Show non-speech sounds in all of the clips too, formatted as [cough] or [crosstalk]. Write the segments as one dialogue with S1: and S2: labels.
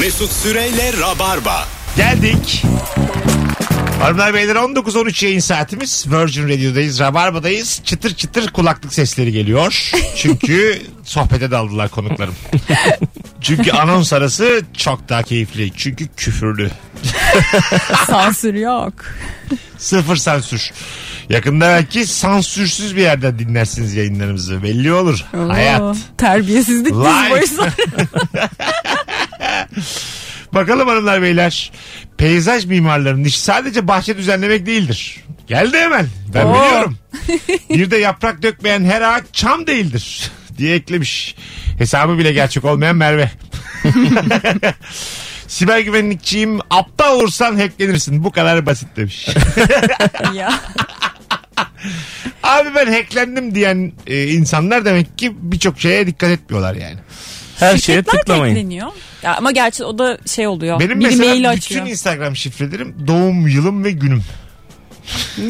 S1: Mesut Süreyle Rabarba.
S2: Geldik. Hanımlar beyler 19.13 yayın saatimiz. Virgin Radio'dayız, Rabarba'dayız. Çıtır çıtır kulaklık sesleri geliyor. Çünkü sohbete daldılar konuklarım. Çünkü anons arası çok daha keyifli. Çünkü küfürlü.
S3: Sansür yok.
S2: Sıfır sansür. Yakında belki sansürsüz bir yerden dinlersiniz yayınlarımızı. Belli olur.
S3: Oo,
S2: Hayat.
S3: Terbiyesizlik biz
S2: Life.
S3: boyu sonra.
S2: [laughs] Bakalım hanımlar beyler. Peyzaj mimarlarının işi sadece bahçe düzenlemek değildir. Geldi hemen. Ben
S3: Oo. [laughs]
S2: biliyorum. Bir de yaprak dökmeyen her ağaç çam değildir [laughs] diye eklemiş. Hesabı bile gerçek olmayan Merve. [laughs] Siber güvenlikçiyim. Aptal olursan hacklenirsin. Bu kadar basit
S3: [laughs]
S2: demiş.
S3: ya.
S2: Abi ben hacklendim diyen e, insanlar demek ki birçok şeye dikkat etmiyorlar yani.
S4: Her şeye
S3: Şirketler
S4: tıklamayın.
S3: bekleniyor. Ya ama gerçi o da şey oluyor.
S2: Benim
S3: Biri
S2: mesela bütün
S3: mail açıyor.
S2: Instagram şifrelerim doğum yılım ve günüm.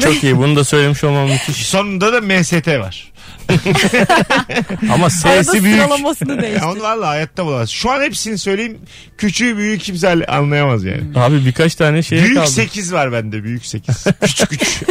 S4: Çok iyi bunu da söylemiş olmam [laughs] müthiş.
S2: Sonunda da MST var.
S4: Ama
S3: Arada
S4: sesi
S2: [laughs]
S4: büyük.
S3: sıralamasını
S2: Ya onu
S3: değiştir.
S2: valla E, hayatta bulamaz. Şu an hepsini söyleyeyim. Küçüğü büyüğü kimse anlayamaz yani.
S4: Abi birkaç tane şeye
S2: Büyük
S4: kaldı.
S2: 8 var bende büyük 8. Küçük 3.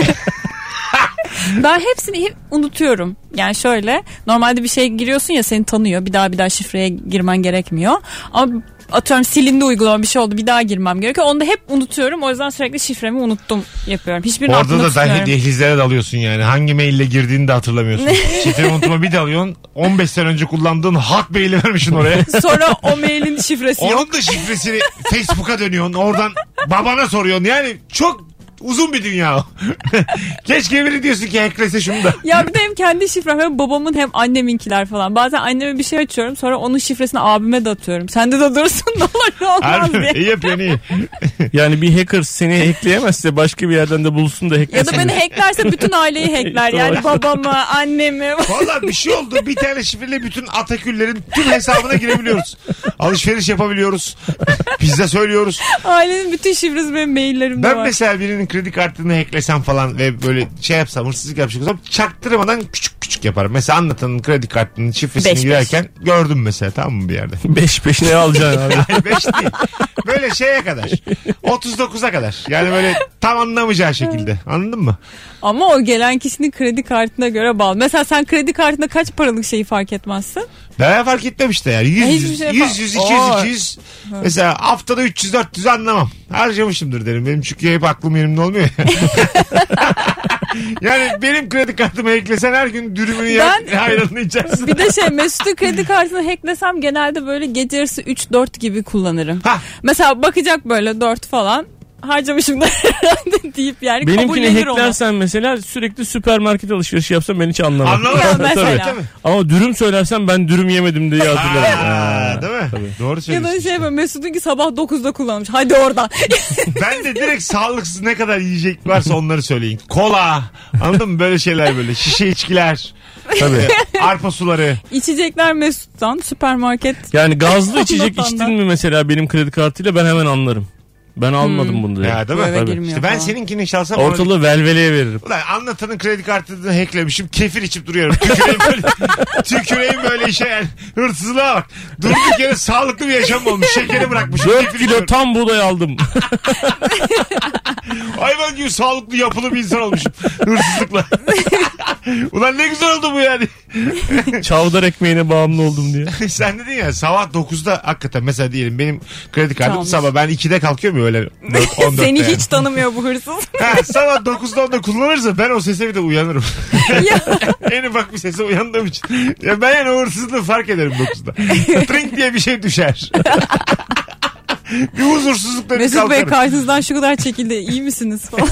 S3: ben hepsini hep unutuyorum. Yani şöyle normalde bir şey giriyorsun ya seni tanıyor. Bir daha bir daha şifreye girmen gerekmiyor. Ama atıyorum silindi uygulama bir şey oldu bir daha girmem gerekiyor. Onu da hep unutuyorum. O yüzden sürekli şifremi unuttum yapıyorum. Hiçbirini
S2: Orada
S3: aklımda
S2: da dahi
S3: tutmuyorum.
S2: dehlizlere dalıyorsun yani. Hangi maille girdiğini de hatırlamıyorsun. Şifreyi unutma bir dalıyorsun. 15 sene önce kullandığın hot maili vermişsin oraya.
S3: Sonra
S2: [laughs]
S3: o mailin şifresi yok.
S2: Onun da şifresini Facebook'a dönüyorsun. Oradan babana soruyorsun. Yani çok uzun bir dünya [laughs] o. Keşke biri diyorsun ki hacklese şunu da.
S3: Ya bir de hem kendi şifrem hem babamın hem anneminkiler falan. Bazen anneme bir şey açıyorum sonra onun şifresini abime de atıyorum. Sende de dursun [laughs] ne olur ne olmaz
S2: Harbi
S3: diye.
S2: iyi yapıyorsun iyi.
S4: Yani bir hacker seni hackleyemezse başka bir yerden de bulsun da hacklesin.
S3: Ya da beni hacklerse bütün aileyi hackler. Yani babamı, annemi.
S2: Valla bir şey oldu. Bir tane şifreyle bütün Ataküllerin tüm hesabına girebiliyoruz. Alışveriş yapabiliyoruz. Pizza söylüyoruz.
S3: [laughs] Ailenin bütün şifresi benim maillerimde
S2: Ben
S3: var.
S2: mesela birinin kredi kartını hacklesem falan ve böyle şey yapsam hırsızlık yapacak olsam çaktırmadan küçük küçük yaparım. Mesela anlatanın kredi kartının şifresini
S3: Beş beş.
S2: girerken gördüm mesela tamam mı bir yerde?
S4: [laughs] Beş peşine alacaksın abi.
S2: Hayır 5 değil. Böyle şeye kadar. 39'a kadar. Yani böyle tam anlamayacağı şekilde. Anladın mı?
S3: Ama o gelen kişinin kredi kartına göre bağlı. Mesela sen kredi kartında kaç paralık şeyi fark etmezsin?
S2: Ben fark etmem işte yani. 100,
S3: Ya
S2: 100,
S3: hiçbir
S2: 100, 100,
S3: şey fa-
S2: 200,
S3: Oo.
S2: 200. Mesela haftada 300, 400 anlamam. Harcamışımdır derim. Benim çünkü hep aklım yerimde olmuyor.
S3: [laughs]
S2: ya. yani benim kredi kartımı eklesen her gün dürümünü yer,
S3: Ben-
S2: ayranını
S3: [laughs]
S2: içersin.
S3: Bir de şey Mesut'un kredi kartını hacklesem genelde böyle gece yarısı 3-4 gibi kullanırım.
S2: Hah.
S3: Mesela bakacak böyle 4 falan harcamışım da [laughs] herhalde deyip yani
S4: Benimkini
S3: kabullenir onu.
S4: hacklersen mesela sürekli süpermarket alışverişi yapsam ben hiç anlamam.
S2: Anlamam.
S3: Ya
S4: Tabii.
S3: mesela.
S2: Tabii.
S4: Ama dürüm söylersem ben dürüm yemedim diye hatırlarım.
S2: [laughs] Aa, değil mi? Doğru
S3: Ya da
S2: söylüyorsun.
S3: şey böyle Mesut'un ki sabah 9'da kullanmış. Hadi oradan. [laughs]
S2: Ben de direkt sağlıksız ne kadar yiyecek varsa onları söyleyin. Kola. Anladın mı? Böyle şeyler böyle. Şişe içkiler.
S4: Tabii.
S2: Arpa suları.
S3: İçecekler Mesut'tan süpermarket.
S4: Yani gazlı içecek
S3: Anlatandan.
S4: içtin mi mesela benim kredi kartıyla ben hemen anlarım. Ben almadım
S3: Hmm.
S4: bunu diye.
S2: Ya değil
S3: Bu eve
S2: mi?
S3: girmiyor
S2: İşte ben
S3: falan.
S2: seninkini çalsam ona
S4: Ortalığı velveleye veririm.
S2: Ulan anlatanın kredi kartını hacklemişim. Kefir içip duruyorum. Tüküreyim böyle, tüküreyim böyle işe yani. Hırsızlığa bak. Durduk yere sağlıklı bir yaşam olmuş. Şekeri bırakmışım.
S4: 4
S2: kefir
S4: kilo
S2: içiyorum.
S4: tam buğday aldım.
S2: Hayvan gibi sağlıklı yapılı bir insan olmuşum. Hırsızlıkla. Ulan ne güzel oldu bu yani. [laughs]
S4: Çavdar ekmeğine bağımlı oldum diye.
S2: Sen dedin ya sabah 9'da hakikaten mesela diyelim benim kredi kartım
S3: Çalmış.
S2: sabah ben 2'de kalkıyorum
S3: [laughs]
S2: ya öyle 14'te
S3: Seni
S2: yani.
S3: hiç tanımıyor
S2: [laughs]
S3: bu hırsız.
S2: Ha, sabah 9'da onda kullanırsa ben o sese bir de uyanırım.
S3: Ya.
S2: en ufak bir sese uyandığım için. Ya ben yani o hırsızlığı fark ederim 9'da. [laughs] Trink diye bir şey düşer. [laughs] bir huzursuzlukla bir
S3: Mesut Bey
S2: kalkarım.
S3: karşınızdan şu kadar çekildi. İyi misiniz
S2: [laughs]
S3: falan.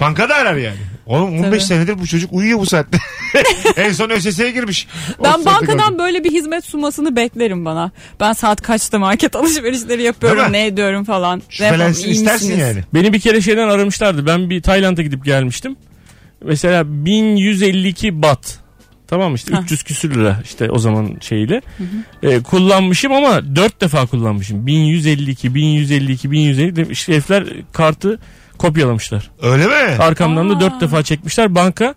S2: Bankada arar yani. Oğlum 15
S3: Tabii.
S2: senedir bu çocuk uyuyor bu saatte. [laughs] en son ÖSS'ye girmiş. O
S3: ben
S2: saatte kalkıyor.
S3: bankadan böyle bir hizmet sunmasını beklerim bana. Ben saat kaçta market [laughs] alışverişleri
S2: Değil mi?
S3: yapıyorum. Ne ediyorum falan. Ne yapalım,
S2: Şüphelensin
S3: iyi
S2: istersin
S3: misiniz?
S2: yani.
S4: Beni bir kere şeyden aramışlardı. Ben bir Tayland'a gidip gelmiştim. Mesela 1152 bat. Tamam mı? işte
S3: Ha.
S4: 300 küsür lira işte o zaman şeyle. Ee, kullanmışım ama 4 defa kullanmışım. 1152, 1152, 1152 demiş. Şefler kartı kopyalamışlar.
S2: Öyle mi?
S4: Arkamdan da
S3: Aa.
S4: 4 defa çekmişler. Banka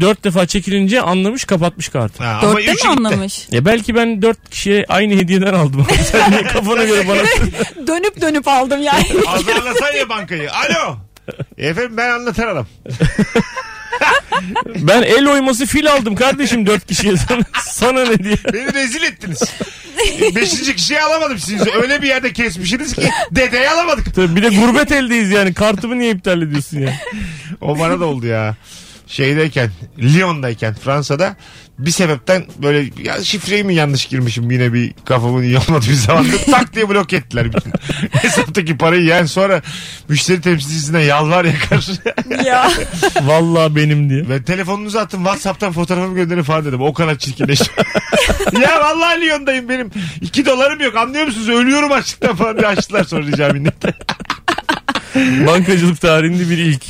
S4: dört defa çekilince anlamış kapatmış kartı.
S2: Ha, ama
S3: Dörtte
S2: üçü
S3: mi
S2: gitti.
S3: anlamış?
S4: Ya belki ben dört kişiye aynı hediyeden aldım. [laughs] Sen niye kafana göre bana...
S3: [laughs] dönüp dönüp aldım yani.
S2: Azarlasan ya bankayı. Alo. Efendim ben anlatan adam.
S4: Ben el oyması fil aldım kardeşim dört kişiye. [laughs] Sana, sana ne diye.
S2: Beni rezil
S3: [laughs]
S2: ettiniz. Beşinci kişiyi alamadım sizi. Öyle bir yerde kesmişsiniz ki dedeyi alamadık.
S4: Tabii bir de gurbet eldeyiz yani. Kartımı niye iptal ediyorsun ya?
S2: O bana da oldu ya. Şeydeyken, Lyon'dayken Fransa'da bir sebepten böyle ya şifreyi mi yanlış girmişim yine bir kafamın iyi olmadığı bir zamanda [laughs] tak diye blok ettiler. bütün [laughs] Hesaptaki parayı yani sonra müşteri temsilcisine yalvar [laughs] yakar.
S3: [laughs] ya.
S4: Vallahi benim diye.
S2: ben telefonunuzu attım Whatsapp'tan fotoğrafımı gönderin falan dedim. O kadar çirkinleşti. [laughs] ya vallahi Lyon'dayım benim. 2 dolarım yok anlıyor musunuz? Ölüyorum açlıktan falan diye açtılar sonra rica minnette.
S4: Bankacılık tarihinde bir ilk.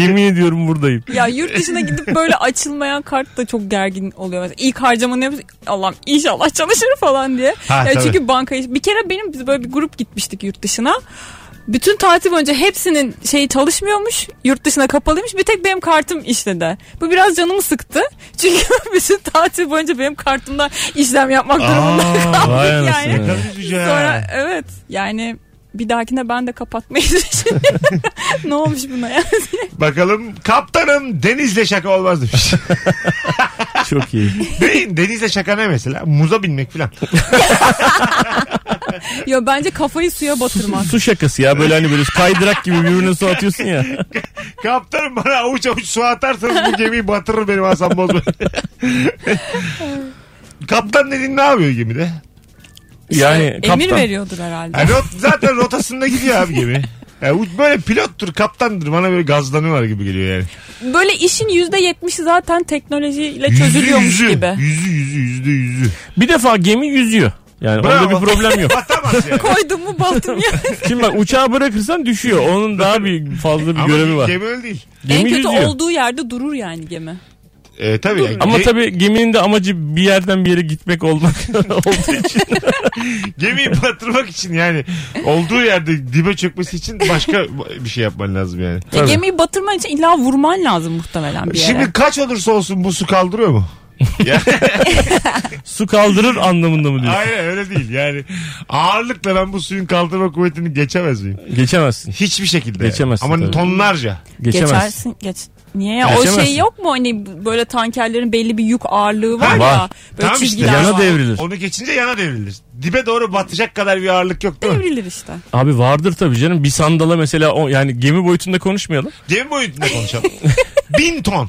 S4: Yemin ediyorum buradayım.
S3: Ya yurt dışına gidip böyle açılmayan kart da çok gergin oluyor. Mesela ilk harcamanı yapıyorsun. Allah'ım inşallah çalışır falan diye.
S2: Ha,
S3: ya
S2: tabii.
S3: çünkü banka iş- bir kere benim biz böyle bir grup gitmiştik yurt dışına. Bütün tatil boyunca hepsinin şeyi çalışmıyormuş. Yurt dışına kapalıymış. Bir tek benim kartım işledi. Bu biraz canımı sıktı. [laughs] Çünkü bütün tatil boyunca benim kartımda işlem yapmak durumunda kaldık
S4: vay
S3: yani.
S4: anasını.
S2: Ne kadar üzücü ha.
S3: Sonra evet yani bir dahakine ben de kapatmayı [laughs] düşünüyorum. ne olmuş buna ya?
S2: Bakalım kaptanım denizle şaka olmaz demiş.
S4: Çok iyi.
S2: Değil, denizle şaka ne mesela? Muza binmek
S4: [laughs]
S2: falan.
S3: Ya bence kafayı suya batırmak.
S4: Su şakası ya böyle hani böyle kaydırak gibi birbirine su atıyorsun ya.
S2: Kaptanım bana avuç avuç su atarsanız bu gemiyi batırır benim Hasan
S4: [laughs]
S2: Bozma. Kaptan dediğin ne yapıyor gemide?
S4: Yani
S3: Emir
S4: Hani kaptan.
S3: veriyordur herhalde.
S2: Ha, rot- zaten rotasında gidiyor abi gemi. Ya bu böyle pilottur, kaptandır. Bana böyle gazlanıyorlar gibi geliyor yani.
S3: Böyle işin yüzde yetmişi zaten teknolojiyle çözülüyormuş
S2: yüzü,
S3: gibi.
S2: Yüzü, yüzü, yüzde yüzü.
S4: Bir defa gemi yüzüyor. Yani
S2: Bravo.
S4: orada bir
S2: [laughs]
S4: problem yok.
S2: Batamaz yani.
S3: Koydum mu baltım ya.
S4: Şimdi bak uçağı bırakırsan düşüyor. Onun daha bir fazla bir
S2: Ama
S4: görevi var.
S2: Gemi öyle değil.
S3: en
S4: Gemi
S3: kötü
S4: yüzüyor.
S3: olduğu yerde durur yani gemi. E,
S2: Ee, tabii. yani.
S4: Ama
S2: Ge-
S4: tabii geminin de amacı bir yerden bir yere gitmek olmak [laughs] olduğu için.
S2: Gemiyi batırmak için yani olduğu yerde dibe çökmesi için başka bir şey yapman lazım yani.
S3: Ya
S4: Tabii.
S3: gemiyi batırman için illa vurman lazım muhtemelen bir yere.
S2: Şimdi kaç olursa olsun bu su kaldırıyor mu? Ya-
S4: Su kaldırır anlamında mı diyorsun?
S2: Aynen öyle değil yani. Ağırlıkla ben bu suyun kaldırma kuvvetini geçemez miyim?
S4: Geçemezsin.
S2: Hiçbir şekilde.
S4: Geçemezsin
S2: Ama
S4: tabii.
S2: tonlarca.
S4: Geçemezsin.
S3: Geçersin. Geç. Niye ya? O
S4: Geçemezsin.
S3: şey yok mu hani böyle tankerlerin belli bir yük ağırlığı var,
S4: var.
S3: ya. Böyle
S2: Tamam işte.
S3: çizgiler
S4: Yana
S3: var.
S4: devrilir.
S2: Onu geçince yana devrilir. Dibe doğru batacak kadar bir ağırlık yok
S4: [laughs]
S2: değil mi?
S3: Devrilir işte.
S4: Abi vardır tabii canım. Bir sandala mesela o yani gemi boyutunda konuşmayalım.
S2: Gemi boyutunda konuşalım. Bin ton.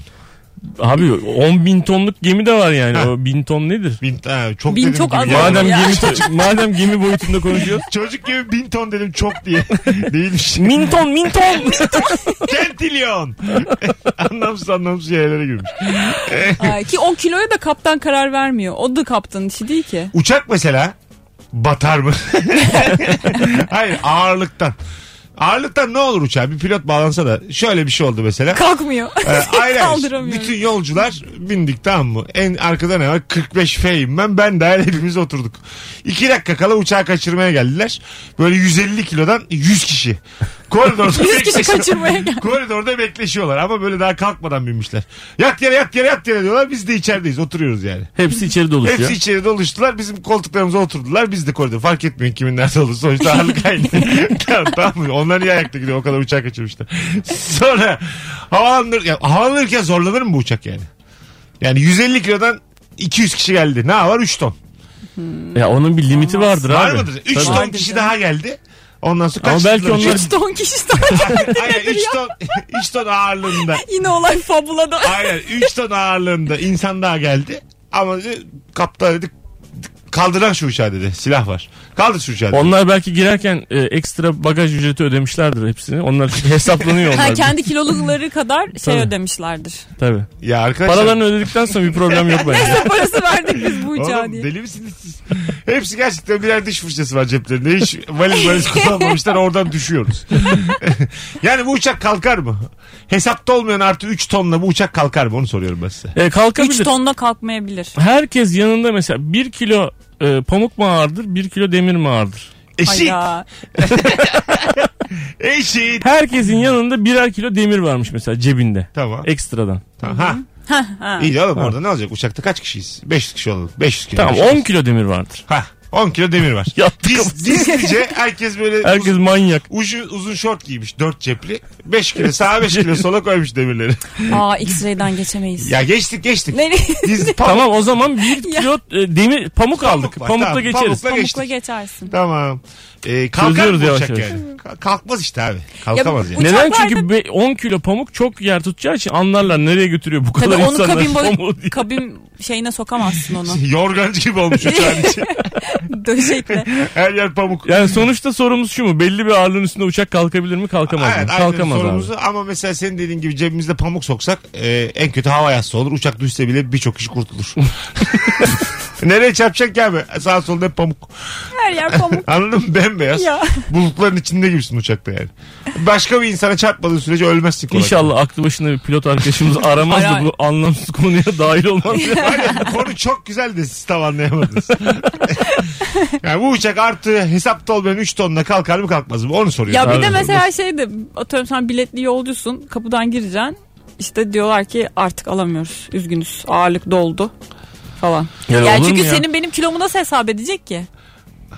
S4: Abi 10 bin tonluk gemi de var yani.
S2: Ha.
S4: O bin ton nedir?
S2: Bin, ha, çok
S3: Bin
S2: dedim
S3: çok
S2: gibi
S3: az
S2: ya.
S3: oldu.
S4: Madem
S3: Ya.
S4: gemi madem gemi
S2: [laughs]
S4: boyutunda konuşuyoruz.
S2: Çocuk gibi bin ton dedim çok diye. [laughs]
S4: [laughs]
S2: Değilmiş.
S4: Minton, minton.
S2: Kentilyon. [laughs] anlamsız anlamsız yerlere girmiş.
S3: Ay, ki 10 kiloya da kaptan karar vermiyor. O da kaptanın işi değil ki.
S2: Uçak mesela batar mı? [laughs] Hayır ağırlıktan. Ağırlıktan ne olur uçağa? Bir pilot bağlansa da şöyle bir şey oldu mesela.
S3: Kalkmıyor.
S2: [laughs] Ee, aynen.
S3: Kaldıramıyorum.
S2: Bütün yolcular bindik tamam mı? En arkada ne var? 45 F'yim ben. Ben dahil hepimiz oturduk. 2 dakika kala uçağı kaçırmaya geldiler. Böyle 150 kilodan 100 kişi.
S3: [laughs]
S2: Koridorda
S3: 100 kişi
S2: bekleşiyor-
S3: kaçırmaya geldi.
S2: Koridorda bekleşiyorlar ama böyle daha kalkmadan binmişler. Yat yere yat yere yat yere diyorlar. Biz de içerideyiz oturuyoruz yani.
S4: Hepsi içeri doluşuyor.
S2: Hepsi içeride oluştular. Bizim koltuklarımıza oturdular. Biz de koridor. Fark etmiyor kimin nerede olduğu. Sonuçta
S4: [laughs]
S2: ağırlık aynı. tamam, tamam mı? Onlar niye ayakta gidiyor? O kadar uçak kaçırmışlar. Sonra havalanır, ya, havalanırken zorlanır mı bu uçak yani? Yani 150 kilodan 200 kişi geldi. Ne var? 3 ton.
S4: Ya onun bir limiti vardır
S2: Var
S4: abi.
S2: mıdır? 3
S4: Tabii.
S2: ton
S3: Vardır
S2: kişi
S3: canım.
S2: daha geldi. Ondan sonra
S4: Ama
S2: kaç
S4: belki onlar-
S3: 3 ton kişi daha
S2: [laughs] Aynen
S4: [laughs]
S2: 3 ton, 3 ton ağırlığında.
S3: Yine olay fabulada.
S2: Aynen 3 ton ağırlığında insan daha geldi. Ama kaptan dedi kaldıran şu uçağı dedi. Silah var. Kaldır şu uçağı dedi.
S4: Onlar belki girerken e, ekstra bagaj ücreti ödemişlerdir hepsini. Onlar [laughs] çünkü hesaplanıyor onlar.
S3: Ha, kendi kiloları kadar şey
S4: Tabii.
S3: ödemişlerdir.
S4: Tabii.
S2: Ya arkadaşlar.
S4: Paralarını ödedikten sonra bir problem yok
S3: [laughs]
S4: bence.
S3: Neyse parası verdik biz bu uçağa
S2: Oğlum
S3: diye.
S2: deli misiniz siz? Hepsi gerçekten birer diş fırçası var ceplerinde. Hiç valiz valiz kullanmamışlar oradan düşüyoruz. [laughs] yani bu uçak kalkar mı? Hesapta olmayan artı 3 tonla bu uçak kalkar mı? Onu soruyorum ben size.
S4: E,
S3: 3
S4: kalkabilir.
S3: tonda kalkmayabilir.
S4: Herkes yanında mesela 1 kilo e, pamuk mu ağırdır, 1 kilo demir mi ağırdır?
S3: Ay
S2: Eşit.
S3: ya.
S2: Eşit.
S4: Herkesin yanında birer kilo demir varmış mesela cebinde.
S2: Tamam.
S4: Ekstradan.
S2: Tamam. Ha.
S3: Ha, ha.
S2: İyi de oğlum orada ne olacak? Uçakta kaç kişiyiz? 500 kişi olalım. 500 kilo.
S4: Tamam 10 kilo demir vardır.
S2: Hah, 10 kilo demir var.
S4: Yattı [laughs]
S2: Diz, dizlice herkes böyle
S4: Herkes
S2: uz-
S4: manyak.
S2: ucu, uzun şort giymiş. 4 cepli. 5 kilo sağa 5
S4: [laughs]
S2: kilo sola koymuş demirleri.
S3: Aa X-ray'den geçemeyiz.
S2: ya geçtik geçtik.
S3: Nereye?
S2: Diz
S3: [laughs]
S2: pamuk-
S4: Tamam o zaman bir kilo e, demir pamuk aldık.
S2: var.
S4: Pamukla
S2: Tamam,
S4: geçeriz.
S2: Pamukla
S3: Pamukla
S2: geçtik.
S3: geçersin.
S2: Tamam. Ee, kalkar
S4: Çözüyoruz
S2: mı
S4: yavaş
S2: uçak
S4: yavaş.
S2: yani? Ka- Kalkmaz işte abi. Kalkamaz
S3: Ya bu-
S2: yani.
S4: Neden?
S3: Uçaklarda-
S4: Çünkü be- 10 kilo pamuk çok yer tutacağı için anlarlar nereye götürüyor bu kadar
S3: Tabii onu
S4: insanlar
S3: kabin,
S4: [laughs] pamuğu diye.
S3: boyu, kabin şeyine sokamazsın onu.
S2: Şey. [laughs] Yorgancı gibi olmuş uçağın
S3: [laughs]
S2: içi.
S3: Döşekle.
S2: Her yer pamuk.
S4: Yani sonuçta sorumuz şu mu? Belli bir ağırlığın üstünde uçak kalkabilir mi kalkamaz mı?
S2: Evet, aynen
S4: kalkamaz
S2: sorumuzu. Ama mesela senin dediğin gibi cebimizde pamuk soksak e, en kötü hava yassı olur. Uçak düşse bile birçok kişi
S4: [laughs]
S2: kurtulur. [laughs] Nereye çarpacak ki abi? Sağ solda hep pamuk.
S3: Her yer pamuk.
S2: Anladın mı? Bembeyaz.
S3: Ya.
S2: Bulutların içinde gibisin uçakta yani. Başka bir insana çarpmadığı sürece ölmezsin
S4: abi.
S2: kolay.
S4: İnşallah aklı başında bir pilot [laughs] arkadaşımız aramaz da
S3: Hayır,
S4: bu anlamsız konuya dahil olmaz.
S2: Var ya, konu çok güzel de siz tam
S3: [laughs]
S2: anlayamadınız. yani bu uçak artı hesapta olmayan 3 tonla kalkar mı kalkmaz mı? Onu soruyorum.
S3: ya bir
S4: Abi,
S3: de mesela şey de atıyorum sen biletli yolcusun. Kapıdan gireceksin. İşte diyorlar ki artık alamıyoruz. Üzgünüz. Ağırlık doldu falan.
S4: Ya
S3: yani
S4: olur mu
S3: çünkü
S4: ya?
S3: senin benim kilomu nasıl hesap edecek ki?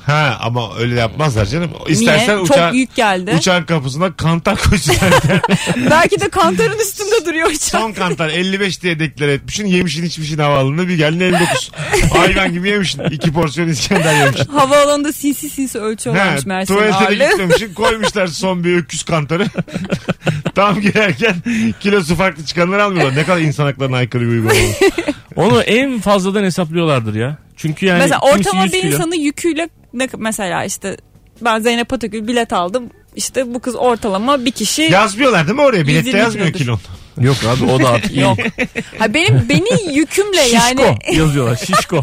S2: Ha ama öyle yapmazlar canım. İstersen
S3: Niye?
S2: uçağın,
S3: Çok büyük geldi.
S2: uçağın kapısına kantar
S3: [laughs]
S2: koysunlar.
S3: Belki de kantarın üstünde duruyor uçak.
S2: Son kantar 55 diye deklar etmişsin. Yemişin içmişin havaalanında bir geldin
S3: [laughs]
S2: 59. Hayvan gibi yemişsin. İki porsiyon İskender yemişsin.
S3: Havaalanında sinsi sinsi ölçü
S2: Ha,
S3: olarmış Mersin
S2: tuvalete de
S3: ağırlığı.
S2: gitmemişsin. Koymuşlar son bir öküz kantarı. [laughs] Tam girerken kilosu farklı çıkanları almıyorlar. Ne kadar insan haklarına aykırı bir uygulama.
S4: [laughs] Onu en fazladan hesaplıyorlardır ya. Çünkü yani
S3: mesela
S4: kimisi
S3: ortalama
S4: 100
S3: bir
S4: kilo.
S3: insanın yüküyle ne, mesela işte ben Zeynep Atakül bilet aldım. İşte bu kız ortalama bir kişi.
S2: Yazmıyorlar değil mi oraya? Bilette
S3: Yüzünü
S2: yazmıyor kilon.
S3: biliyordur.
S4: Yok abi o
S3: [laughs]
S4: da artık iyi. [laughs]
S3: Yok. Ha benim beni yükümle
S4: Şişko
S3: yani
S4: [laughs]
S3: [laughs]
S4: yazıyorlar şişko.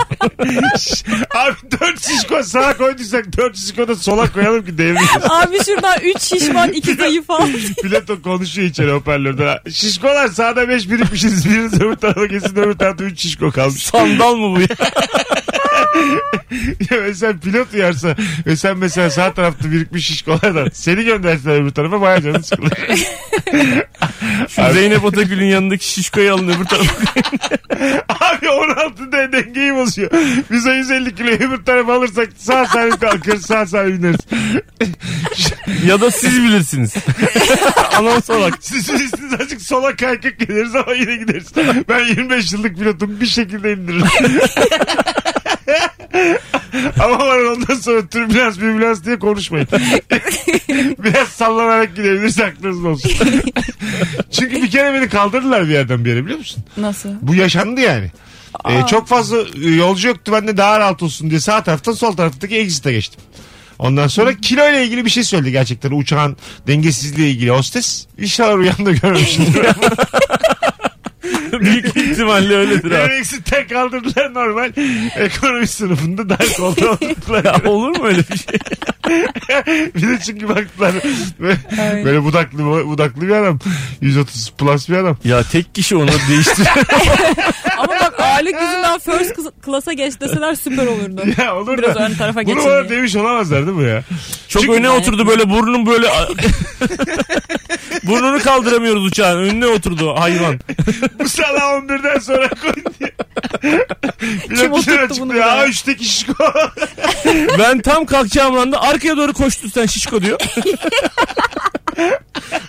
S2: Abi 4 şişko sağa koyduysak 4 şişko da sola koyalım ki devrilir.
S3: abi şuradan 3 şişman 2 zayıf al.
S2: Plato konuşuyor içeri hoparlörden. Şişkolar sağda 5 birikmişiz. Biriniz öbür tarafa kesin öbür tarafta 3 şişko
S4: [laughs]
S2: kalmış.
S4: Sandal mı bu ya?
S2: Ya mesela pilot uyarsa ve sen mesela sağ tarafta birikmiş şişkolardan seni gönderseler öbür tarafa baya canın sıkılır.
S4: Şu Zeynep Atagül'ün yanındaki şişkoyu alın öbür [laughs] tarafa.
S2: Abi 16 de dengeyi bozuyor. Biz o 150 kiloyu öbür tarafa alırsak sağ salim kalkır sağ salim ineriz.
S4: ya da siz bilirsiniz. [laughs] Anonsa bak.
S2: Sizin üstünüz azıcık sola kaykık geliriz ama yine gideriz. Ben 25 yıllık pilotum bir şekilde indiririm. ama var ondan sonra türbülans mübülans diye konuşmayın. Biraz sallanarak gidebiliriz aklınız olsun. Çünkü bir kere beni kaldırdılar bir yerden bir yere biliyor musun?
S3: Nasıl?
S2: Bu yaşandı yani. Ee, çok fazla e, yolcu yoktu ben de daha rahat olsun diye sağ taraftan sol taraftaki exit'e geçtim. Ondan sonra kilo ile ilgili bir şey söyledi gerçekten uçağın dengesizliği ilgili hostes. İnşallah [laughs] rüyamda
S3: [laughs]
S2: görmemişimdir.
S4: Büyük ihtimalle öyledir
S2: Beni
S4: abi.
S2: exit'ten kaldırdılar normal. Ekonomi sınıfında dar kolda oturttular.
S4: [laughs] Ya olur mu öyle bir şey?
S2: [laughs] bir de çünkü baktılar böyle,
S3: Evet.
S2: böyle budaklı, budaklı bir adam. 130 plus bir adam.
S4: Ya tek kişi onu değiştir.
S3: Ama bak ağırlık yüzünden first klas- class'a geç deseler süper olurdu.
S2: Ya olur
S3: Biraz
S2: da.
S3: ön tarafa geçin
S2: Bunu bana
S3: diye.
S2: demiş olamazlar değil mi ya?
S4: [laughs] Çok
S3: Çünkü
S4: öne
S3: ben-
S4: oturdu böyle burnun [laughs] böyle burnunu kaldıramıyoruz uçağın. Önüne oturdu hayvan.
S2: Bu sala 11'den sonra koy diye.
S3: Kim oturttu
S2: Pilotun
S3: bunu
S2: açıklıyor.
S3: buraya?
S2: Ya üçteki şişko. [laughs]
S4: Ben tam kalkacağım anda arkaya doğru koştu sen
S3: [laughs]
S4: şişko diyor.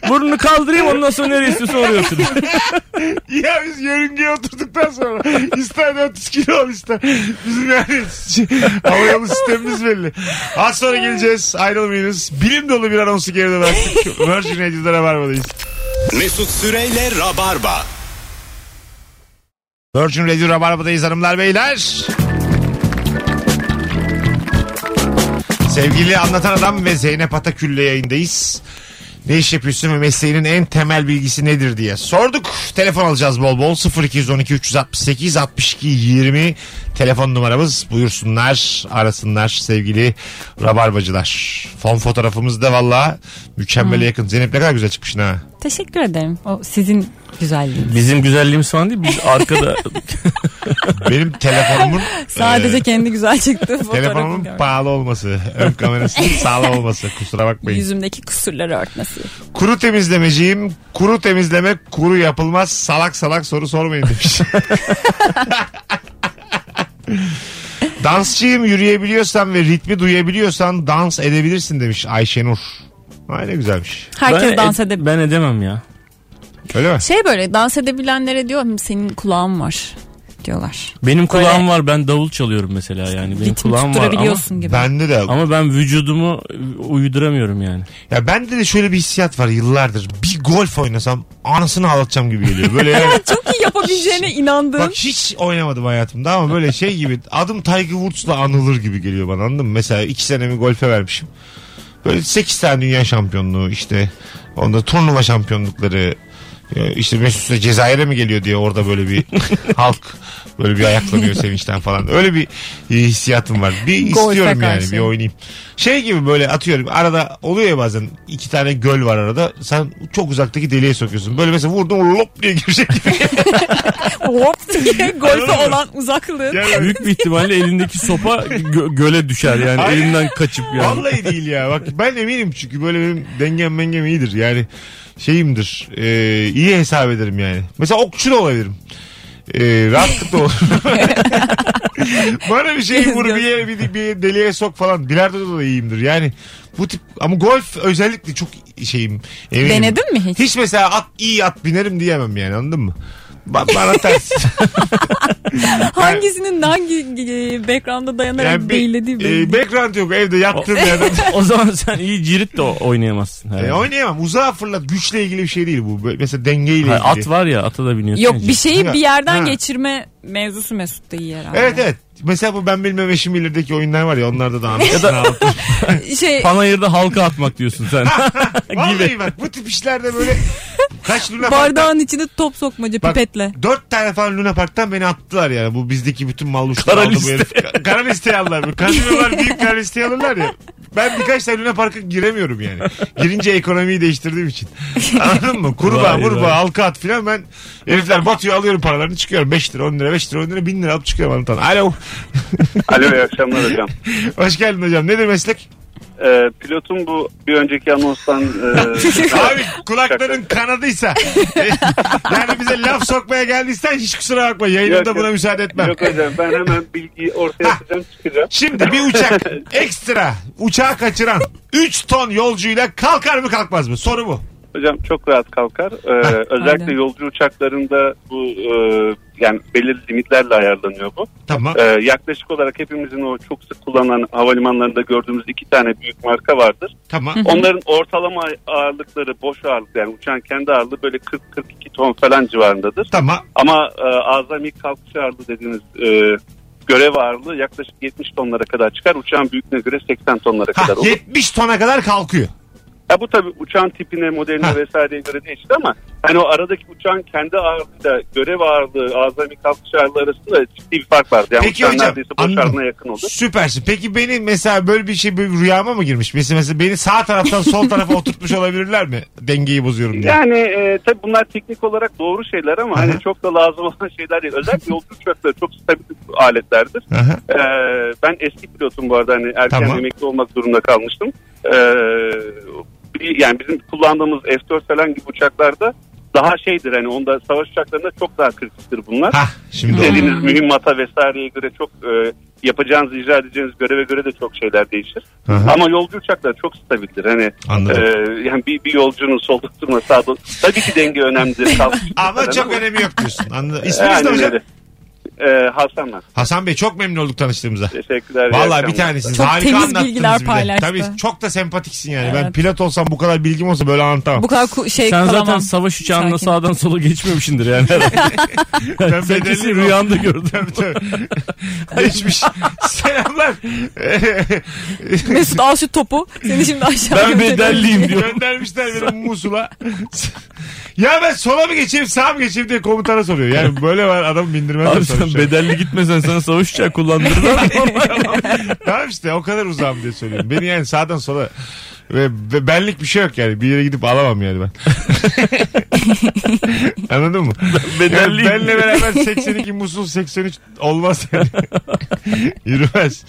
S4: burnunu kaldırayım ondan sonra nereye istiyorsan oraya otur.
S2: ya biz yörüngeye oturduktan sonra ister 400 kilo ol ister. Bizim yani [laughs] hava yolu sistemimiz belli. Az sonra geleceğiz. Ayrılmayınız. Bilim dolu bir anonsu geride
S3: [laughs]
S2: bıraktık. Virgin Radio'da Rabarba'dayız.
S1: Mesut Süreyle Rabarba.
S2: Virgin Radio Rabarba'dayız hanımlar beyler. Sevgili Anlatan Adam ve Zeynep Atakül'le yayındayız. Ne iş yapıyorsun ve mesleğinin en temel bilgisi nedir diye sorduk. Telefon alacağız bol bol. 0212 368 62 20 telefon numaramız. Buyursunlar, arasınlar sevgili rabarbacılar. Fon fotoğrafımız da valla mükemmele yakın. Zeynep ne kadar güzel çıkmışsın ha.
S3: Teşekkür ederim. O sizin güzelliğiniz.
S4: Bizim güzelliğimiz falan değil. Biz arkada
S2: Benim telefonumun
S3: Sadece
S2: e,
S3: kendi güzel
S4: [laughs]
S3: çıktı
S2: telefonumun
S3: fotoğrafı görmek.
S2: pahalı olması, [laughs] ön kamerasının sağlam olması. Kusura bakmayın.
S3: Yüzümdeki kusurları örtmesi.
S2: Kuru temizlemeciyim. Kuru temizleme kuru yapılmaz. Salak salak soru sormayın demiş. Dansçıyım yürüyebiliyorsan ve ritmi duyabiliyorsan dans edebilirsin demiş Ayşenur. Vay ne güzelmiş.
S3: [laughs] Herkes
S4: ben,
S3: dans
S4: ed-
S3: edebilir.
S4: Ben edemem ya.
S2: Öyle mi?
S3: Şey böyle dans edebilenlere diyorum senin kulağın var diyorlar.
S4: Benim
S3: Böyle-
S4: kulağım var ben davul çalıyorum mesela yani. Benim
S3: Ritmi
S4: kulağım var ama,
S3: tutturabiliyorsun gibi.
S2: Bende de
S4: ama ben vücudumu uyduramıyorum yani.
S2: ya bende de şöyle bir hissiyat var yıllardır. Bir golf oynasam anasını ağlatacağım gibi geliyor. Böyle yani-
S3: Çok iyi
S4: [laughs]
S3: yapabileceğine inandığın.
S2: Bak hiç oynamadım hayatımda ama böyle şey gibi adım Tiger Woods'la anılır gibi geliyor bana anladın mı? Mesela iki senemi golfe vermişim. Böyle 8 tane dünya şampiyonluğu işte onda turnuva şampiyonlukları e, işte Mesut Süre Cezayir'e mi geliyor diye orada böyle
S3: [laughs]
S2: bir halk böyle bir ayaklanıyor sevinçten falan. Öyle bir e, hissiyatım var. Bir
S3: Golfe
S2: istiyorum yani
S3: karşı.
S2: bir oynayayım. Şey gibi böyle atıyorum arada oluyor ya bazen iki tane göl var arada sen çok uzaktaki deliğe sokuyorsun. Böyle mesela vurdun lop diye girecek gibi.
S3: Hop diye [laughs] golfe
S2: Anladın mı?
S3: olan uzaklığın.
S2: Yani
S4: Büyük bir ihtimalle elindeki sopa gö- göle düşer yani
S2: Ay.
S4: elinden kaçıp yani.
S2: Vallahi değil ya. Bak ben eminim çünkü böyle benim dengem mengem iyidir. Yani şeyimdir. E, iyi hesap ederim yani. Mesela okçu da olabilirim. E, rahatlıkla
S3: [laughs]
S2: olur. Bana bir şey vur bir yere bir, bir deliğe sok falan. Bilardo da iyiyimdir. Yani bu tip ama golf özellikle çok şeyim. eminim.
S3: Denedin mi hiç?
S2: Hiç mesela at iyi at binerim diyemem yani anladın mı? Ba- Bana
S3: [laughs]
S2: ters.
S3: Hangisinin hangi e, background'a dayanarak
S2: Yani bir-
S3: belirlediği belli.
S2: e, background yok evde yattığım
S3: [laughs]
S2: yerden.
S4: o zaman sen iyi cirit de o- oynayamazsın. herhalde.
S2: E, oynayamam. Uzağa fırlat. Güçle ilgili bir şey değil bu. Böyle Mesela dengeyle ilgili.
S4: Hayır, at var ya ata da biniyorsun.
S3: Yok
S4: ya.
S3: bir şeyi bir yerden
S2: Ha.
S3: geçirme mevzusu Mesut'ta iyi herhalde.
S2: Evet evet. Mesela bu ben bilmem eşim bilirdeki oyunlar var ya onlarda da anlatır. [laughs]
S3: Şey
S4: Panayırda halka atmak diyorsun sen.
S2: E, Vallahi bak bu tip işlerde böyle kaç Luna Park'tan-
S3: bardağın içine top sokmaca
S2: Bak,
S3: pipetle.
S2: Dört tane falan Luna Park'tan beni attılar yani. Bu bizdeki bütün malluşlar
S4: Kara
S2: aldı bu
S4: liste.
S2: herif. Ka- Kara listeye alırlar. Bu Kazinolar büyük kara listeye alırlar ya. Ben birkaç tane Luna Park'a giremiyorum yani. Girince ekonomiyi değiştirdiğim için. Anladın mı? Kurba,
S4: Vay vay.
S2: murba, halka at filan ben herifler batıyor alıyorum paralarını çıkıyorum. 5 lira 10 lira 5 lira 10 lira 1000 lira alıp çıkıyorum anlatan. Alo.
S5: Alo iyi akşamlar hocam.
S2: Hoş geldin hocam. Nedir meslek?
S5: Ee, pilotun bu bir önceki anonstan e, [laughs]
S2: Abi kulakların kanadıysa yani bize laf sokmaya geldiysen hiç kusura bakma
S5: Yok,
S2: yayınımda
S5: yok.
S2: buna müsaade etmem.
S5: yok hocam ben hemen bilgiyi ortaya atacağım çıkacağım.
S2: Şimdi bir
S5: [laughs]
S2: uçak ekstra uçağı kaçıran 3 ton yolcuyla kalkar mı kalkmaz mı? Soru bu.
S5: Hocam çok rahat kalkar. Ee, özellikle
S3: Aynen.
S5: yolcu uçaklarında bu e, yani belirli limitlerle ayarlanıyor bu.
S2: Tamam.
S5: Ee, yaklaşık olarak hepimizin o çok sık kullanılan havalimanlarında gördüğümüz iki tane büyük marka vardır.
S2: Tamam.
S5: Onların ortalama ağırlıkları boş ağırlık yani uçan kendi ağırlığı böyle 40-42 ton falan civarındadır.
S2: Tamam.
S5: Ama e, azami kalkış ağırlığı dediğiniz e, görev ağırlığı yaklaşık 70 tonlara kadar çıkar. Uçağın büyüklüğüne göre 80 tonlara
S2: Ha,
S5: kadar olur.
S2: 70 tona kadar kalkıyor.
S5: Ya bu tabii uçağın tipine, modeline
S2: Ha.
S5: vesaireye göre değişir ama hani o aradaki uçağın kendi ağırlığıyla görev ağırlığı, azami kalkış ağırlığı arasında ciddi bir fark vardır. Yani
S2: Peki
S5: uçağın
S2: hocam,
S5: neredeyse boş
S2: anladım.
S5: ağırlığına yakın olur.
S2: Süpersin. Peki beni mesela böyle bir şey böyle bir rüyama mı girmiş? Mesela, mesela beni sağ taraftan sol tarafa oturtmuş olabilirler mi? Dengeyi bozuyorum diye.
S5: Yani e, tabii bunlar teknik olarak doğru şeyler ama hani çok da lazım olan şeyler değil. Özellikle yolcu uçakları çok stabil aletlerdir.
S2: Aha.
S5: Ee, ben eski pilotum bu arada hani erken
S2: Tamam.
S5: emekli olmak durumunda kalmıştım. Ee, bir- yani bizim kullandığımız F4 falan gibi uçaklarda daha şeydir hani onda savaş uçaklarında çok daha kritiktir bunlar.
S2: Ha, şimdi oldu.
S5: Dediğiniz mühimmata vesaireye göre çok e, yapacağınız icra edeceğiniz göreve göre de çok şeyler değişir.
S2: Hı hı.
S5: Ama yolcu uçakları çok stabildir. Hani
S2: Anladım.
S5: e, yani bir, bir yolcunun solda durma sağda tabii ki
S2: [laughs]
S5: denge önemlidir. Kalkış
S2: Ama
S5: falan
S2: çok
S5: ama-
S2: önemi yok diyorsun.
S5: [laughs]
S2: Anladım. İsminiz
S5: Aynen
S2: ne hocam?
S5: öyle. Ee, Hasan'la.
S2: Hasan Bey çok memnun olduk tanıştığımıza.
S5: Teşekkler. iyi
S2: Vallahi bir
S5: akşamlar.
S2: tanesiniz.
S3: Çok
S2: Harika
S3: temiz
S2: anlattınız
S3: bilgiler
S2: bir de.
S3: paylaştı.
S2: Tabii çok da sempatiksin yani. Ben
S3: Evet.
S2: pilot olsam bu kadar bilgim olsa böyle anlatamam.
S3: Bu kadar ku- şey
S4: Sen
S3: kalamam.
S4: zaten savaş uçağında
S3: Sakin.
S4: sağdan sola
S2: [laughs]
S4: geçmemişsindir yani.
S2: ben
S4: Sen kesin rüyanda gördün. [laughs]
S2: Geçmiş. Selamlar.
S3: Mesut al şu topu. Seni şimdi aşağı
S4: Ben
S3: gönderiyorum.
S4: bedelliyim diyor.
S2: Göndermişler beni Musul'a. ya ben sola mı geçeyim sağ mı geçeyim diye komutana soruyor. Yani böyle var adam bindirmez.
S4: Abi
S2: mi
S4: sen
S2: sonuçta?
S4: bedelli gitmesen sana savaş
S2: [laughs]
S4: uçağı kullandırırlar.
S2: tamam işte o kadar uzağım diye söylüyorum. Beni yani sağdan sola Ve, ve benlik bir şey yok yani. Bir yere gidip alamam yani ben. Anladın mı? Yani
S4: Bedelli.
S2: benle beraber 82 musul 83 olmaz yani. [laughs] Yürümez.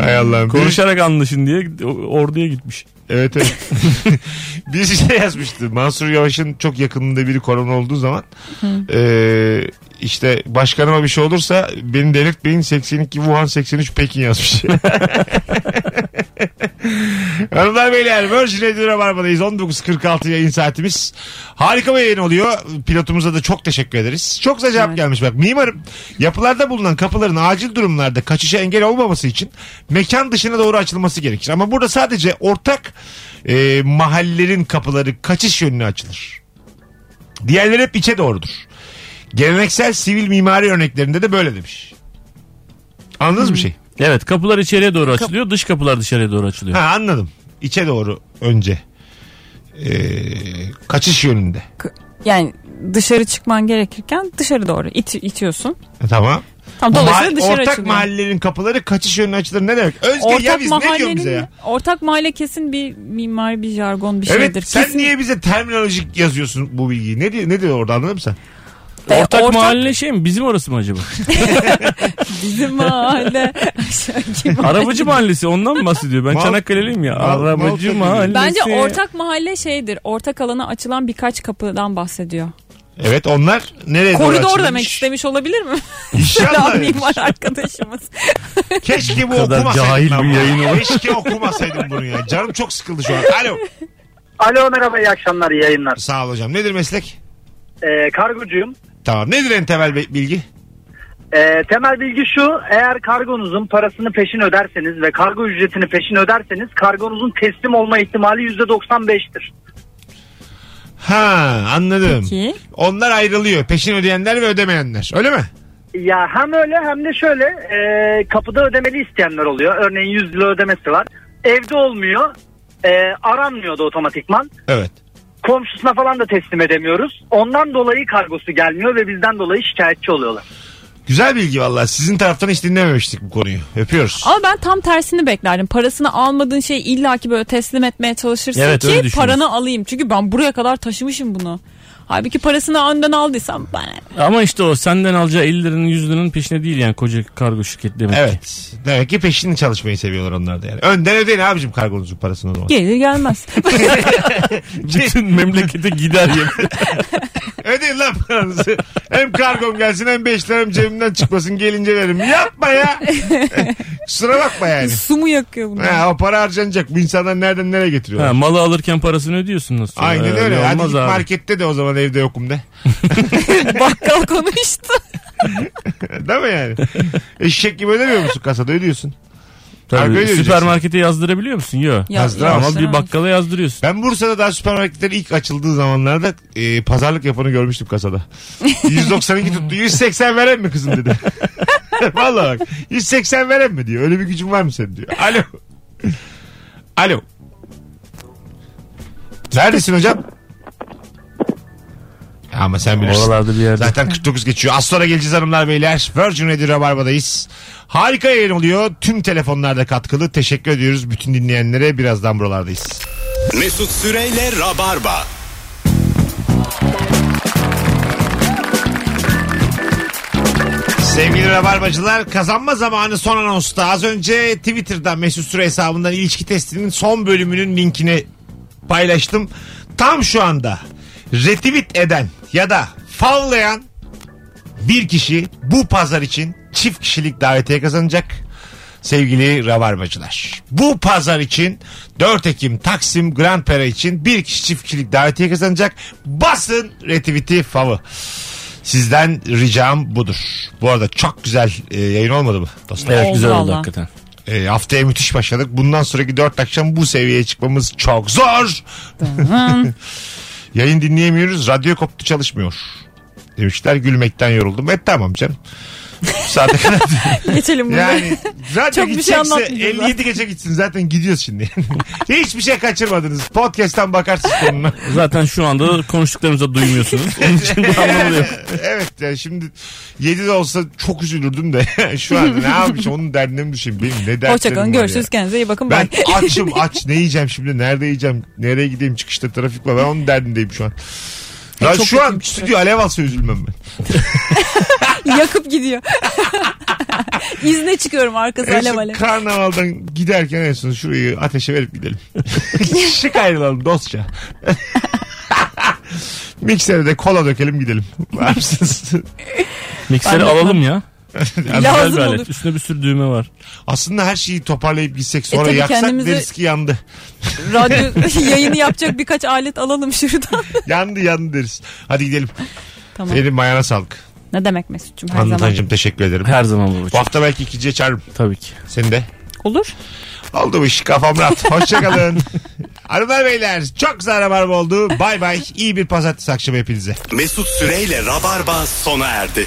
S2: Hay Allah'ım. Bir-
S4: Konuşarak anlaşın diye o- orduya gitmiş.
S2: Evet evet. [laughs] Birisi şey yazmıştı. Mansur Yavaş'ın çok yakınında biri korona olduğu zaman eee, Ee, işte başkanıma bir şey olursa beni delirtmeyin 82 Wuhan 83 Pekin yazmış. [laughs] Hanımlar beyler Virgin Radio Rabarba'dayız. 19.46 yayın saatimiz. Harika bir yayın oluyor. Pilotumuza da çok teşekkür ederiz. Çok güzel cevap
S3: Evet.
S2: gelmiş bak. Mimarım yapılarda bulunan kapıların acil durumlarda kaçışa engel olmaması için mekan dışına doğru açılması gerekir. Ama burada sadece ortak e, mahallerin kapıları kaçış yönüne açılır. Diğerleri hep içe doğrudur. Geleneksel sivil mimari örneklerinde de böyle demiş. Anladınız mı şey?
S4: Evet kapılar içeriye doğru açılıyor dış kapılar dışarıya doğru açılıyor.
S2: Ha anladım. İçe doğru önce. Ee, kaçış yönünde.
S3: K- Yani dışarı çıkman gerekirken dışarı doğru it- itiyorsun.
S2: E, Tamam.
S3: Tam dolayısıyla
S2: Mahal-
S3: dışarı
S2: ortak
S3: açılıyor.
S2: mahallenin kapıları kaçış yönüne açılır ne demek? Özge ya
S3: Ortak
S2: biz ne diyorsun bize
S3: mahallenin
S2: ya?
S3: ortak mahalle kesin bir mimar bir jargon bir
S2: Evet
S3: şeydir.
S2: sen
S3: Kesin-
S2: niye bize terminolojik yazıyorsun bu bilgiyi? Ne diyor, ne diyor orada anladın mı sen?
S3: E,
S4: Ortak, mahalle şey mi bizim orası mı acaba?
S3: Bizim mahalle. Aşağıdaki mahalle.
S4: Arabacı mahallesi ondan mı bahsediyor? Ben
S2: Mal-
S4: Çanakkale'liyim ya.
S2: Mal-
S4: Arabacı
S2: Maltepe'liyim.
S4: mahallesi.
S3: Bence ortak mahalle şeydir. Ortak alana açılan birkaç kapıdan bahsediyor.
S2: Evet onlar nereye doğru
S3: Koridor
S2: açılmış? Şey
S3: demek istemiş olabilir mi?
S2: İnşallah.
S3: Selam
S2: demiş.
S3: mimar arkadaşımız.
S2: Keşke bu
S4: kadar
S2: okumasaydım.
S4: cahil
S2: ben
S4: bir
S2: bunu.
S4: yayın oldu.
S2: Keşke okumasaydım bunu ya. Canım çok sıkıldı şu an. Alo.
S6: Alo merhaba iyi akşamlar iyi yayınlar.
S2: Sağ ol hocam. Nedir meslek?
S6: Ee, kargocuyum.
S2: Tamam. Nedir en temel be- bilgi?
S6: Ee, temel bilgi şu eğer kargonuzun parasını peşin öderseniz ve kargo ücretini peşin öderseniz kargonuzun teslim olma ihtimali %95'tir.
S2: Ha anladım.
S3: Peki.
S2: Onlar ayrılıyor. Peşin ödeyenler ve ödemeyenler. Öyle mi?
S6: Ya hem öyle hem de şöyle e, kapıda ödemeli isteyenler oluyor. Örneğin 100 lira ödemesi var. Evde olmuyor. E, aranmıyor da otomatikman.
S2: Evet.
S6: Komşusuna falan da teslim edemiyoruz. Ondan dolayı kargosu gelmiyor ve bizden dolayı şikayetçi oluyorlar.
S2: Güzel bilgi valla. Sizin taraftan hiç dinlememiştik bu konuyu. Öpüyoruz.
S3: Ama ben tam tersini beklerdim. Parasını almadığın şeyi illaki böyle teslim etmeye çalışırsın
S4: Evet, öyle
S3: ki
S4: düşünürüz.
S3: paranı alayım. Çünkü ben buraya kadar taşımışım bunu. Halbuki parasını önden aldıysam ben
S4: Ama işte o senden alacağı 50 liranın 100 liranın peşine değil yani koca kargo şirketi demek. ki.
S2: Evet. Demek ki peşini çalışmayı seviyorlar onlar da yani. Önden ödeyin abicim kargonuzun parasını o zaman.
S3: gelir gelmez.
S4: [laughs] Bütün
S2: [laughs]
S4: memlekete gider ya.
S2: ödeyin lan paranızı. hem kargom gelsin hem 5 lira hem cebimden çıkmasın gelince veririm. Yapma ya. Kusura bakma yani.
S3: Su mu
S2: [laughs]
S3: yakıyor bunu?
S2: Ha, o para harcanacak. Bu insanlar nereden nereye getiriyorlar?
S4: Ha, malı alırken parasını ödüyorsun nasıl?
S2: Aynen
S4: Ee,
S2: öyle. Hadi
S4: olmaz
S2: git
S4: abi.
S2: markette de o zaman evde yokum de.
S3: Bakkal konuştu.
S2: Değil mi yani? Eşek gibi ödemiyor musun kasada? Ödüyorsun. Kargo
S4: Tabii,
S2: ödeyeceksin.
S4: süpermarkete yazdırabiliyor musun? Yok.
S3: Ya-
S2: Yazdılar
S4: Ama
S3: yazdılar.
S4: bir bakkala yazdırıyorsun.
S2: Ben Bursa'da daha süpermarketler ilk açıldığı zamanlarda e, pazarlık yapanı görmüştüm kasada. 192 tuttu. 180 veren mi kızım dedi. Vallahi bak. 180 veren mi diyor. Öyle bir gücün var mı senin diyor. Alo. Alo. Neredesin hocam? Ama sen bilirsin.
S4: Oralarda bir yerde.
S2: Zaten 49 geçiyor. Az sonra geleceğiz hanımlar beyler. Virgin Radio Rabarba'dayız. Harika yayın oluyor. Tüm telefonlarda katkılı. Teşekkür ediyoruz bütün dinleyenlere. Birazdan buralardayız.
S1: Mesut Süreyle Rabarba.
S2: Sevgili Rabarbacılar kazanma zamanı son anonsta. Az önce Twitter'dan Mesut Süre hesabından ilişki testinin son bölümünün linkini paylaştım. Tam şu anda retweet eden ya da favlayan bir kişi bu pazar için çift kişilik davetiye kazanacak. Sevgili Rabarbacılar. Bu pazar için 4 Ekim Taksim Grand Pera için bir kişi çift kişilik davetiye kazanacak. Basın retweet'i favı. Sizden ricam budur. Bu arada çok güzel e, yayın olmadı mı dostlar?
S4: Evet
S3: Oldu
S4: güzel oldu
S3: valla.
S4: hakikaten.
S2: E, haftaya müthiş başladık. Bundan sonraki 4 akşam bu seviyeye çıkmamız çok zor. [laughs] yayın dinleyemiyoruz. Radyo koptu çalışmıyor. Demişler gülmekten yoruldum. E tamam canım. Bu saate
S3: [laughs]
S2: kadar.
S3: Geçelim bunu.
S2: Yani zaten
S3: Çok bir şey
S2: gidecekse
S3: anlatmayacağız
S2: 57 gece gitsin zaten gidiyoruz şimdi. [laughs] Hiçbir şey kaçırmadınız. Podcast'tan bakarsınız
S3: [laughs]
S2: konuna.
S4: Zaten şu anda konuştuklarımızı
S2: [laughs]
S4: da duymuyorsunuz. Onun için bir anlamı yok.
S2: evet yani şimdi 7 de olsa çok üzülürdüm de [laughs] şu an ne yapmış onun derdine mi düşeyim benim ne dertlerim
S3: Hoşçakalın.
S2: var
S3: Görüşürüz. Kendinize iyi bakın.
S2: ya. Ben
S3: Bye. [laughs]
S2: açım aç ne yiyeceğim şimdi nerede yiyeceğim nereye gideyim çıkışta trafik var ben onun derdindeyim şu an. Ya
S3: çok
S2: şu an
S3: kötüymüş
S2: stüdyo alev alsa üzülmem ben.
S3: Yakıp gidiyor. [laughs] İzne çıkıyorum arkası
S2: En
S3: alev
S2: son
S3: alev.
S2: karnavaldan giderken en son şurayı ateşe verip
S3: [laughs]
S2: gidelim. Şık ayrılalım dostça. Miksere de kola dökelim gidelim.
S3: [laughs]
S2: Var mısınız?
S4: Mikseri
S3: Ben de-
S4: alalım ya. Güzel
S3: Lazım
S4: bir alet.
S3: olur.
S4: Üstünde bir sürü düğme var.
S2: Aslında her şeyi toparlayıp gitsek sonra
S3: E tabii
S2: yaksak
S3: kendimizi-
S2: deriz ki yandı.
S3: Radyo
S4: [laughs]
S3: yayını yapacak birkaç alet alalım şuradan.
S2: yandı yandı deriz. Hadi gidelim.
S3: tamam.
S2: Benim ayağına sağlık.
S3: Ne demek Mesut'cum her zaman.
S2: Anlatancım teşekkür ederim.
S4: Her zaman olur.
S2: Bu hafta belki ikinciye çağırırım.
S4: Tabii ki.
S2: Seni de.
S3: Olur.
S2: Oldu bu iş kafam rahat. Hoşçakalın. Hanımlar beyler çok güzel rabarba oldu. Bay bay. İyi bir pazartesi akşamı hepinize.
S1: Mesut Süreyle Rabarba sona erdi.